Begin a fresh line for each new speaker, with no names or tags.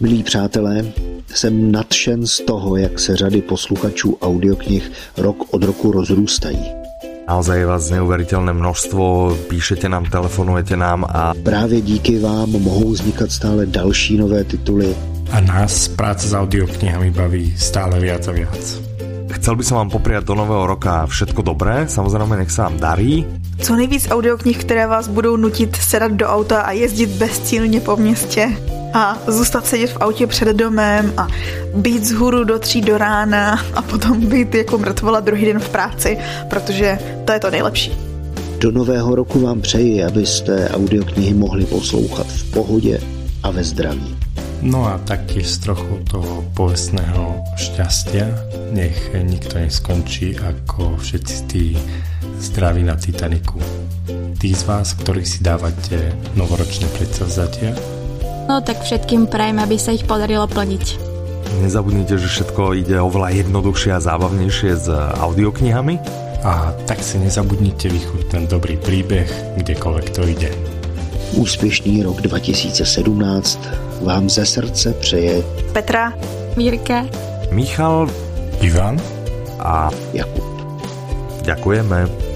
Milí přátelé, jsem nadšen z toho, jak se řady posluchačů audioknih rok od roku rozrůstají.
Naozaj je vás neuvěřitelné množstvo, píšete nám, telefonujete nám a
Právě díky vám mohou vznikat stále další nové tituly.
A nás práce s audioknihami baví stále viac a viac.
chcel by som vám popriať do nového roka všetko dobré, samozrejme nech sa vám darí.
Co nejvíc audioknih, které vás budou nutit sedat do auta a jezdit bezcílně po městě a zůstat sedět v autě před domem a být z hůru do tří do rána a potom být jako mrtvola druhý den v práci, protože to je to nejlepší.
Do nového roku vám přeji, abyste audioknihy mohli poslouchat v pohodě a ve zdraví.
No a taktiež z trochu toho povestného šťastia. Nech nikto neskončí ako všetci tí zdraví na Titaniku. Tí z vás, ktorí si dávate novoročné predsavzatia,
No tak všetkým prajem, aby sa ich podarilo plniť.
Nezabudnite, že všetko ide oveľa jednoduchšie a zábavnejšie s audioknihami.
a tak si nezabudnite vychutnať ten dobrý príbeh, kdekoľvek to ide.
Úspěšný rok 2017 vám ze srdce přeje
Petra,
Mírka,
Michal
Ivan?
a
Jakub.
ďakujeme.